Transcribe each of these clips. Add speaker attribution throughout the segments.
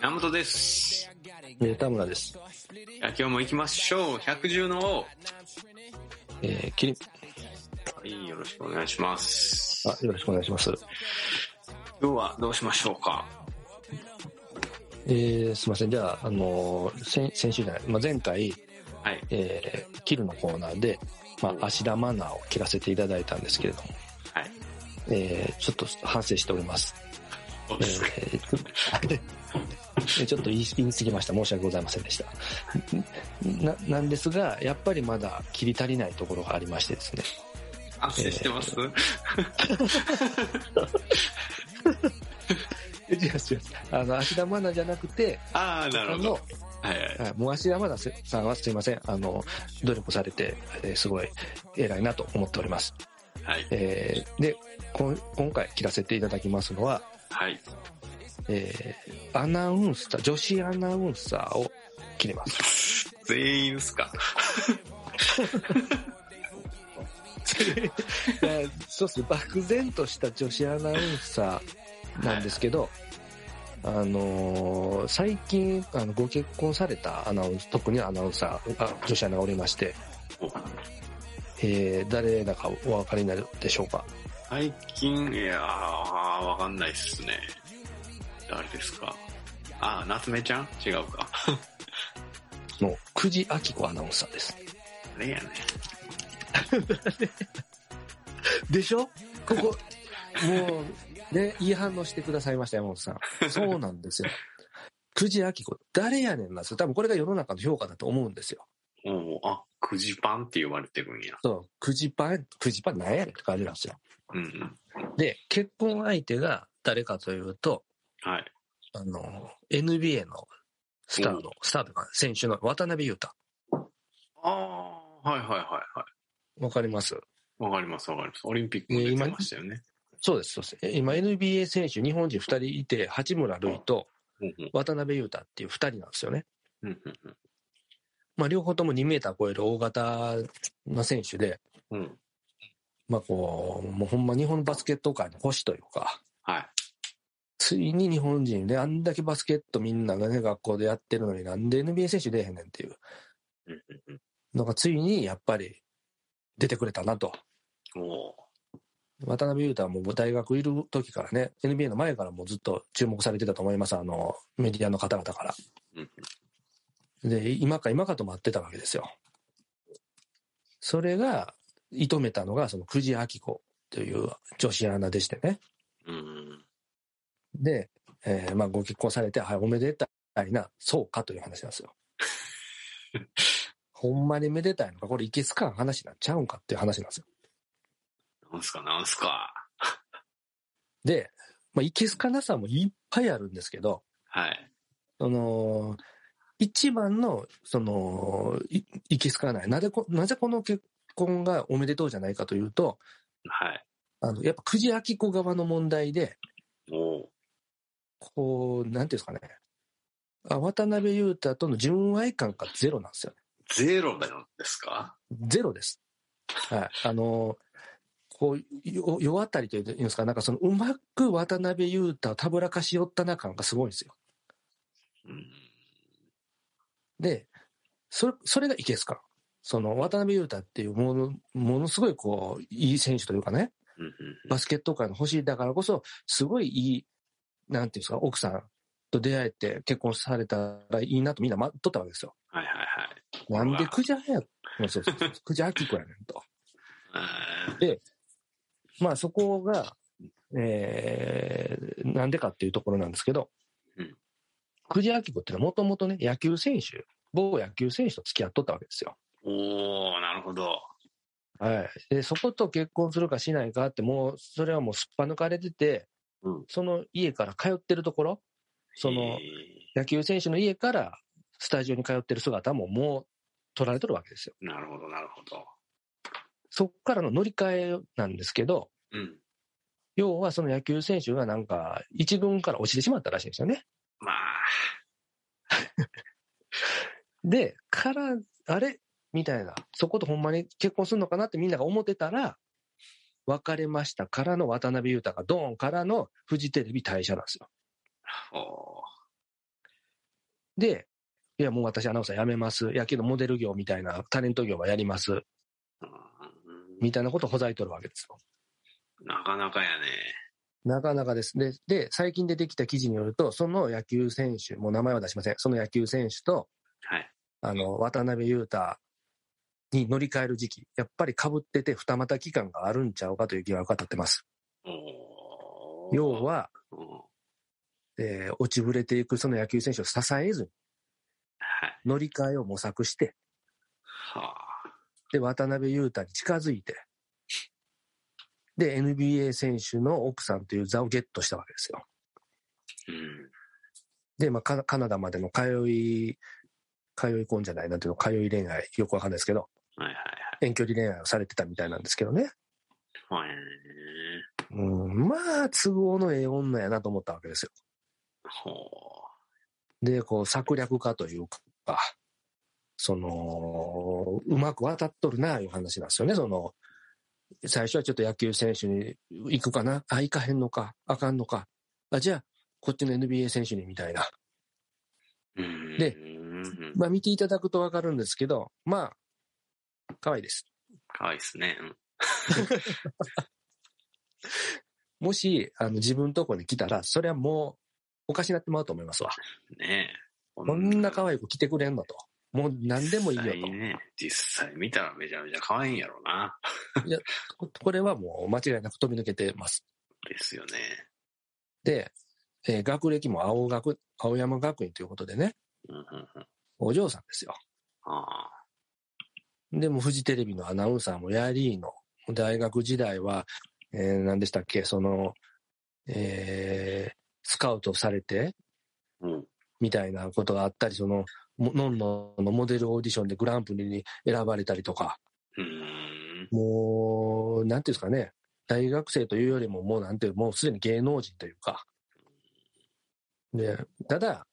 Speaker 1: 山本です。
Speaker 2: えー田村です。
Speaker 1: いや今日も行きましょう。百獣の王。は
Speaker 2: えー、キリン、
Speaker 1: い、よろしくお願いします。
Speaker 2: あ、よろしくお願いします。
Speaker 1: 今日はどうしましょうか。
Speaker 2: えー、すいません。じゃあ、あのー先、先週じゃない、まあ、前回、
Speaker 1: はい。
Speaker 2: えー、キルのコーナーで、まあ、芦田マナーを切らせていただいたんですけれども、
Speaker 1: はい。
Speaker 2: えー、ちょっと反省しております。
Speaker 1: どう
Speaker 2: え
Speaker 1: ですか
Speaker 2: ー、 ちょえーちょっと言い言い過ぎました。申し訳ございませんでした。 な、なんですが、やっぱりまだ切り足りないところがありましてですね。
Speaker 1: 反省してます、
Speaker 2: 違う違う。あの、芦田マナーじゃなくて、
Speaker 1: ああ、なるほど。
Speaker 2: の、
Speaker 1: はいはい。
Speaker 2: はい、もう芦田愛菜さんはすいません、あの、努力されて、えーすごい偉いなと思っております。
Speaker 1: はい。
Speaker 2: えーで、こん今回切らせていただきますのは、
Speaker 1: はい。
Speaker 2: えーアナウンサー、女子アナウンサーを切ります。
Speaker 1: 全員ですか
Speaker 2: いやそうですね、漠然とした女子アナウンサーなんですけど、あのー最近、あの、ご結婚されたアナウンス、特にアナウンサー、あ女子アナがおりまして、
Speaker 1: お
Speaker 2: えー誰だかお分かりになるでしょうか
Speaker 1: 最近、いやー、わかんないっすね。誰ですかああ、夏目ちゃん違うか。
Speaker 2: の久慈明子アナウンサーです。
Speaker 1: あれやね。
Speaker 2: でしょここ、 もう、ね、いい反応してくださいました、山本さん。そうなんですよ。久慈明子、誰やねんなんですよ。多分これが世の中の評価だと思うんですよ。
Speaker 1: おうあ、くじパンって呼ばれてるんや。
Speaker 2: そう、久慈パン、久慈パンなんやねんって感じなんですよ。
Speaker 1: うんうん。
Speaker 2: で、結婚相手が誰かというと、
Speaker 1: はい。
Speaker 2: あの、NBA のスターの、スターとか選手の渡辺裕太。
Speaker 1: ああ、はいはいはいはい。
Speaker 2: わかります
Speaker 1: わかりますわかります。オリンピックも出てましたよね。
Speaker 2: そうです、そうです。え今 NBA 選手、日本人2人いて、八村塁と
Speaker 1: うんうん
Speaker 2: 渡辺裕太っていう2人なんですよね。
Speaker 1: うんうん
Speaker 2: まあ、両方とも2メーター超える大型な選手で、
Speaker 1: うんうん。
Speaker 2: まあ、こう、もうほんま日本バスケット界の星というか、
Speaker 1: はい。
Speaker 2: ついに日本人であんだけバスケットみんながね、学校でやってるのになんで NBA 選手出えへんねんっていう
Speaker 1: うんうん
Speaker 2: のがついにやっぱり出てくれたなと。
Speaker 1: うん。おー
Speaker 2: 渡辺裕太はもう大学いる時からね、NBA の前からもうずっと注目されてたと思います、あの、メディアの方々から
Speaker 1: うん。
Speaker 2: で、今か今かと待ってたわけですよ。それが、射止めたのが、その久慈明子という女子アナでしてね。
Speaker 1: うんうん。
Speaker 2: で、えーまあご結婚されて、はい、おめでたいな、そうかという話な んですよ。ほんまにめでたいのか、これいけすかん話になっちゃうんかっていう話なんですよ。
Speaker 1: なんすかなんすか。
Speaker 2: で、まあ、いけすかなさもいっぱいあるんですけど、
Speaker 1: はい。
Speaker 2: その、一番の、その、いいけすかない。なぜこ、なぜこの結婚がおめでとうじゃないかというと、
Speaker 1: はい。
Speaker 2: あの、やっぱ久慈明子側の問題で、
Speaker 1: おー
Speaker 2: こう、なんていうんですかね。あ渡辺裕太との純愛感がゼロなんですよね。
Speaker 1: ゼロだよですか
Speaker 2: ゼロです。はい。あの、こう、よ世渡りというんですか、なんかその、うまく渡辺裕太をたぶらかしよったな感がすごいんですよ。
Speaker 1: うん。
Speaker 2: で、それ、それがいけすか。その、渡辺裕太っていうもの、ものすごいこう、いい選手というかね、
Speaker 1: うんうんうん。
Speaker 2: バスケット界の星だからこそ、すごいいい、なんていうんですか、奥さんと出会えて結婚されたらいいなとみんな待っとったわけですよ。
Speaker 1: はいはいはい。
Speaker 2: なんでくじゃはや、そうそうそう、くじゃあきこやねんと。
Speaker 1: あ
Speaker 2: まあそこが、えー、なんでかっていうところなんですけど
Speaker 1: うん、
Speaker 2: くじあきこってのはもともとね、野球選手、某野球選手と付き合っとったわけですよ。
Speaker 1: ーおーなるほど。
Speaker 2: はい。で、そこと結婚するかしないかって、もう、それはもうすっぱ抜かれてて、
Speaker 1: うん
Speaker 2: その家から通ってるところ、そ
Speaker 1: え
Speaker 2: の野球選手の家からスタジオに通ってる姿ももう取られとるわけですよ。
Speaker 1: ーなるほどなるほど。
Speaker 2: そっからの乗り換えなんですけど、
Speaker 1: うん。
Speaker 2: 要はその野球選手がなんか一軍から落ちてしまったらしいんですよね。
Speaker 1: まあ、
Speaker 2: で、から、あれみたいな、そことほんまに結婚するのかなってみんなが思ってたら、別れましたからの渡辺裕太がドーンからのフジテレビ退社なんですよ。
Speaker 1: おー
Speaker 2: で、いや、もう私アナウンサー辞めます。いや、けどモデル業みたいな、タレント業はやります。みたいなことをほざいとるわけですよ。
Speaker 1: なかなかやね。
Speaker 2: なかなかです。で、で最近出てきた記事によると、その野球選手、もう名前は出しません。その野球選手と、
Speaker 1: はい。
Speaker 2: あの、渡辺裕太に乗り換える時期、やっぱり被ってて二股期間があるんちゃうかという疑惑が立ってます。
Speaker 1: おー
Speaker 2: 要、は、
Speaker 1: うんは
Speaker 2: えー落ちぶれていくその野球選手を支えずに、
Speaker 1: い。
Speaker 2: 乗り換えを模索して、
Speaker 1: はあ。
Speaker 2: で、渡辺裕太に近づいて、で、NBA 選手の奥さんという座をゲットしたわけですよ。
Speaker 1: うん。
Speaker 2: で、まあ、カカナダまでの通い、通い婚じゃない、なんていうの、通い恋愛、よくわかんないですけど、
Speaker 1: はいはい
Speaker 2: 遠距離恋愛をされてたみたいなんですけどね。
Speaker 1: はい。はい。
Speaker 2: うん、まあ、都合のええ女やなと思ったわけですよ。
Speaker 1: ほ
Speaker 2: で、こう、策略家というか、その、うまく渡っとるな、いう話なんですよね。その、最初はちょっと野球選手に行くかなあ、行かへんのかあかんのかあ、じゃあ、こっちの NBA 選手にみたいな。
Speaker 1: う。うん。
Speaker 2: で
Speaker 1: うん、
Speaker 2: まあ、見ていただくとわかるんですけど、まあ、可愛いです。
Speaker 1: かわいいっすね。うん
Speaker 2: もし、あの、自分とこに来たら、それはもう、おかしなってまうと思いますわ。
Speaker 1: ねえ。こ
Speaker 2: こんな可愛い子来てくれんのと。もう何でもいいよ
Speaker 1: 実際ね、実際見たらめちゃめちゃ可愛いんやろな。
Speaker 2: と。ここれはもう間違いなく飛び抜けてます。
Speaker 1: ですよね。
Speaker 2: で、えー学歴も青学、青山学院ということでね、
Speaker 1: うんうんうん。
Speaker 2: お嬢さんですよ。
Speaker 1: あ
Speaker 2: で、もうフジテレビのアナウンサーもやりの、大学時代は、えー何でしたっけ、その、えースカウトされて、
Speaker 1: あ。うん。
Speaker 2: みたいなことがあったり、その、ものんののモデルオーディションでグランプリに選ばれたりとか、
Speaker 1: うーん。
Speaker 2: もう、なんていうんですかね、大学生というよりも、もうなんていう、もうすでに芸能人というか。で、ただ、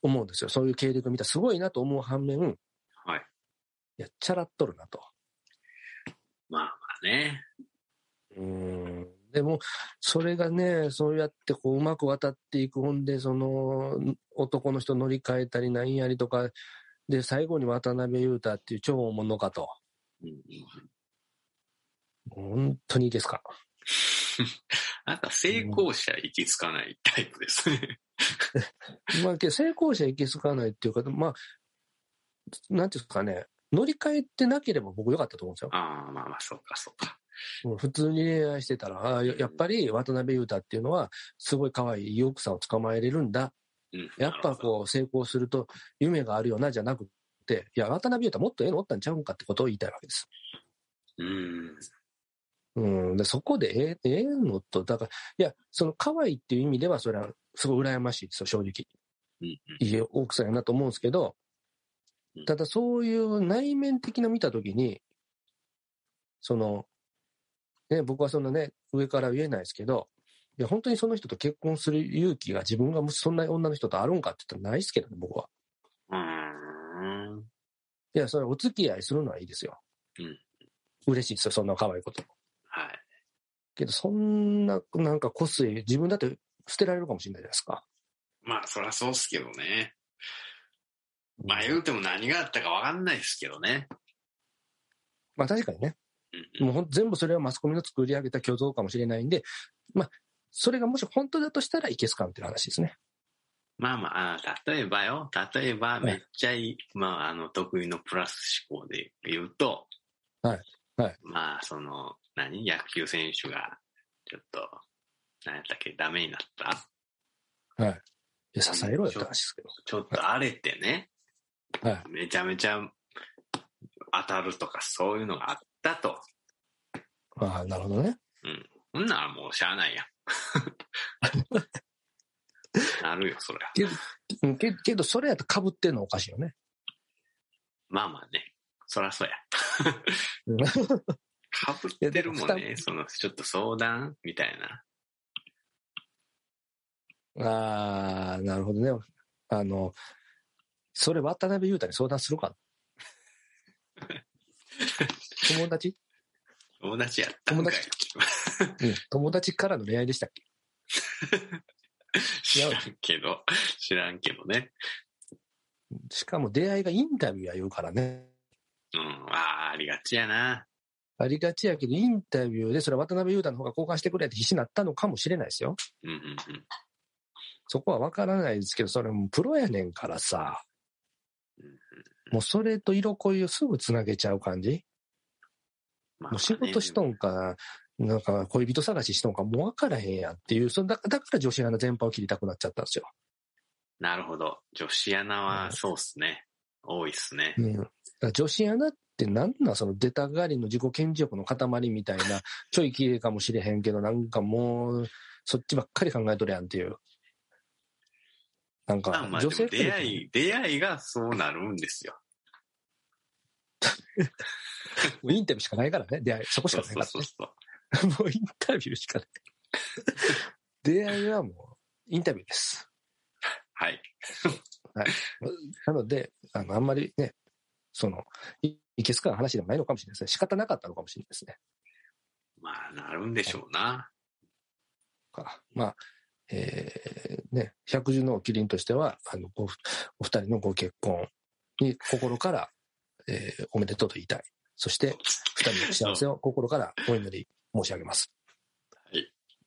Speaker 2: 思うんですよ。そういう経歴を見たらすごいなと思う反面、い
Speaker 1: はい。
Speaker 2: や、チャラっとるなと。
Speaker 1: まあまあね。
Speaker 2: うん。でも、それがね、そうやってこう、うまく渡っていく。ほんで、その、男の人乗り換えたり、なんやりとか、で、最後に渡辺裕太っていう超大物かと。
Speaker 1: うんうん
Speaker 2: 本当にいいですか。
Speaker 1: なんか成功者行き着かないタイプですね。
Speaker 2: まあ、けど成功者行き着かないっていうか、まあ、なんていうんですかね、乗り換えてなければ僕良かったと思うんですよ
Speaker 1: ああ、まあまあ、そうか、そうか。
Speaker 2: うん。普通に恋愛してたら、ああややっぱり渡辺裕太っていうのは、すごい可愛い奥さんを捕まえれるんだ。
Speaker 1: うん、
Speaker 2: やっ
Speaker 1: な
Speaker 2: ぱ
Speaker 1: るほど
Speaker 2: こう、成功すると夢があるよな、じゃなくて、いや、渡辺裕太もっとええのおったんちゃうんかってことを言いたいわけです。
Speaker 1: う。ん。
Speaker 2: うん、でそこでええええのと、だから、いや、その可愛いっていう意味では、それはすごい羨ましいですよ、正直。
Speaker 1: うん
Speaker 2: いい奥さんやなと思うんですけど
Speaker 1: うん、
Speaker 2: ただそういう内面的な見たときに、その、ね、僕はそんなね、上から言えないですけど、いや、本当にその人と結婚する勇気が自分がもしそんな女の人とあるんかって言ったらないですけどね、僕は。
Speaker 1: うーん。
Speaker 2: いや、それお付き合いするのはいいですよ。
Speaker 1: うん
Speaker 2: 嬉しいですよ、そんな可愛いこと。
Speaker 1: はい。
Speaker 2: けど、そんな、なんか個性、自分だって捨てられるかもしれないじゃないですか。
Speaker 1: まあ、そりゃそうっすけどね。まあ、言うても何があったかわかんないですけどね。
Speaker 2: まあ確かにね。
Speaker 1: うんうん
Speaker 2: もうほん全部それはマスコミの作り上げた虚像かもしれないんで、まあ、それがもし本当だとしたらいけすかんっていう話ですね。
Speaker 1: まあまああー、例えばよ。例えば、
Speaker 2: い
Speaker 1: めっちゃいい、まあ、あの、得意のプラス思考で言うと、
Speaker 2: はい。はい。
Speaker 1: まあ、その、何野球選手が、ちょっと、何やったっけ、ダメになった。
Speaker 2: いや、支えろよって話ですけ
Speaker 1: ちょっと荒れてね、
Speaker 2: ど。はい。
Speaker 1: めちゃめちゃ当たるとか、そういうのがあったと。
Speaker 2: ああ、なるほどね。
Speaker 1: そんならもうしゃあないや ん。なるよ、そりゃ。
Speaker 2: うんけけど、それやと被ってんのおかしいよね。
Speaker 1: まあまあね。そらそうや。
Speaker 2: うん
Speaker 1: かぶってるもん
Speaker 2: い
Speaker 1: ね。その、ちょっと相談みたいな。
Speaker 2: ああ、なるほどね。あの、それ渡辺裕太に相談す るか友達、
Speaker 1: 友達やったんかい。
Speaker 2: うん、友達からの恋愛でしたっけ
Speaker 1: 知らんけど、知らんけどね。
Speaker 2: しかも出会いがインタビューや言うからね。
Speaker 1: うん、ああ、ありがちやな。
Speaker 2: ありがちやけど、インタビューで、それは渡辺裕太の方が交換してくれって必死になったのかもしれないですよ。
Speaker 1: うんうんうん。
Speaker 2: そこはわからないですけど、それもプロやねんからさ
Speaker 1: うんうん。
Speaker 2: もうそれと色恋をすぐつなげちゃう感じ
Speaker 1: まあ
Speaker 2: もう仕事しとんか、なんか恋人探ししとんか、もうわからへんやんっていう、そのだだから女子アナ全般を切りたくなっちゃったんですよ。
Speaker 1: なるほど。女子アナ
Speaker 2: う
Speaker 1: は
Speaker 2: ん
Speaker 1: そうっすね。多いっすね。
Speaker 2: うん、だから女子アナってなんなんその出たがりの自己顕示欲の塊みたい な、ちょい綺麗かもしれへんけど、なんかもう、そっちばっかり考えとるやんっていう。なん
Speaker 1: まあ
Speaker 2: か
Speaker 1: ま、あ、でも
Speaker 2: 女性
Speaker 1: 出会い、出会いがそうなるんですよ。
Speaker 2: もうインタビューしかないからね、出会い。そこし
Speaker 1: そ
Speaker 2: か
Speaker 1: う
Speaker 2: ない
Speaker 1: そ
Speaker 2: か
Speaker 1: う
Speaker 2: ら
Speaker 1: そうそう。
Speaker 2: ね。 もうインタビュー しかない。出会いはもう、インタビューです。
Speaker 1: はい。
Speaker 2: なので、あの、あんまりね、その、いいけすかな話でもないのかもしれないですね。仕方なかったのかもしれないですね。
Speaker 1: まあ、なるんでしょうな。
Speaker 2: か。まあ、えーね、百獣の王麒麟としては、あの、ごお二人のご結婚に心から、えーおめでとうと言いたい。そして、二人の幸せを心からお祈り申し上げます。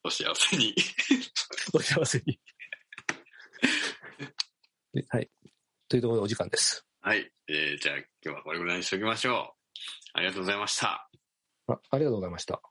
Speaker 1: お幸せに。
Speaker 2: お幸せに。で はい。というところでお時間です。
Speaker 1: はい。えーじゃあ今日はこれぐらいにしておきましょう。ありがとうございました。
Speaker 2: あありがとうございました。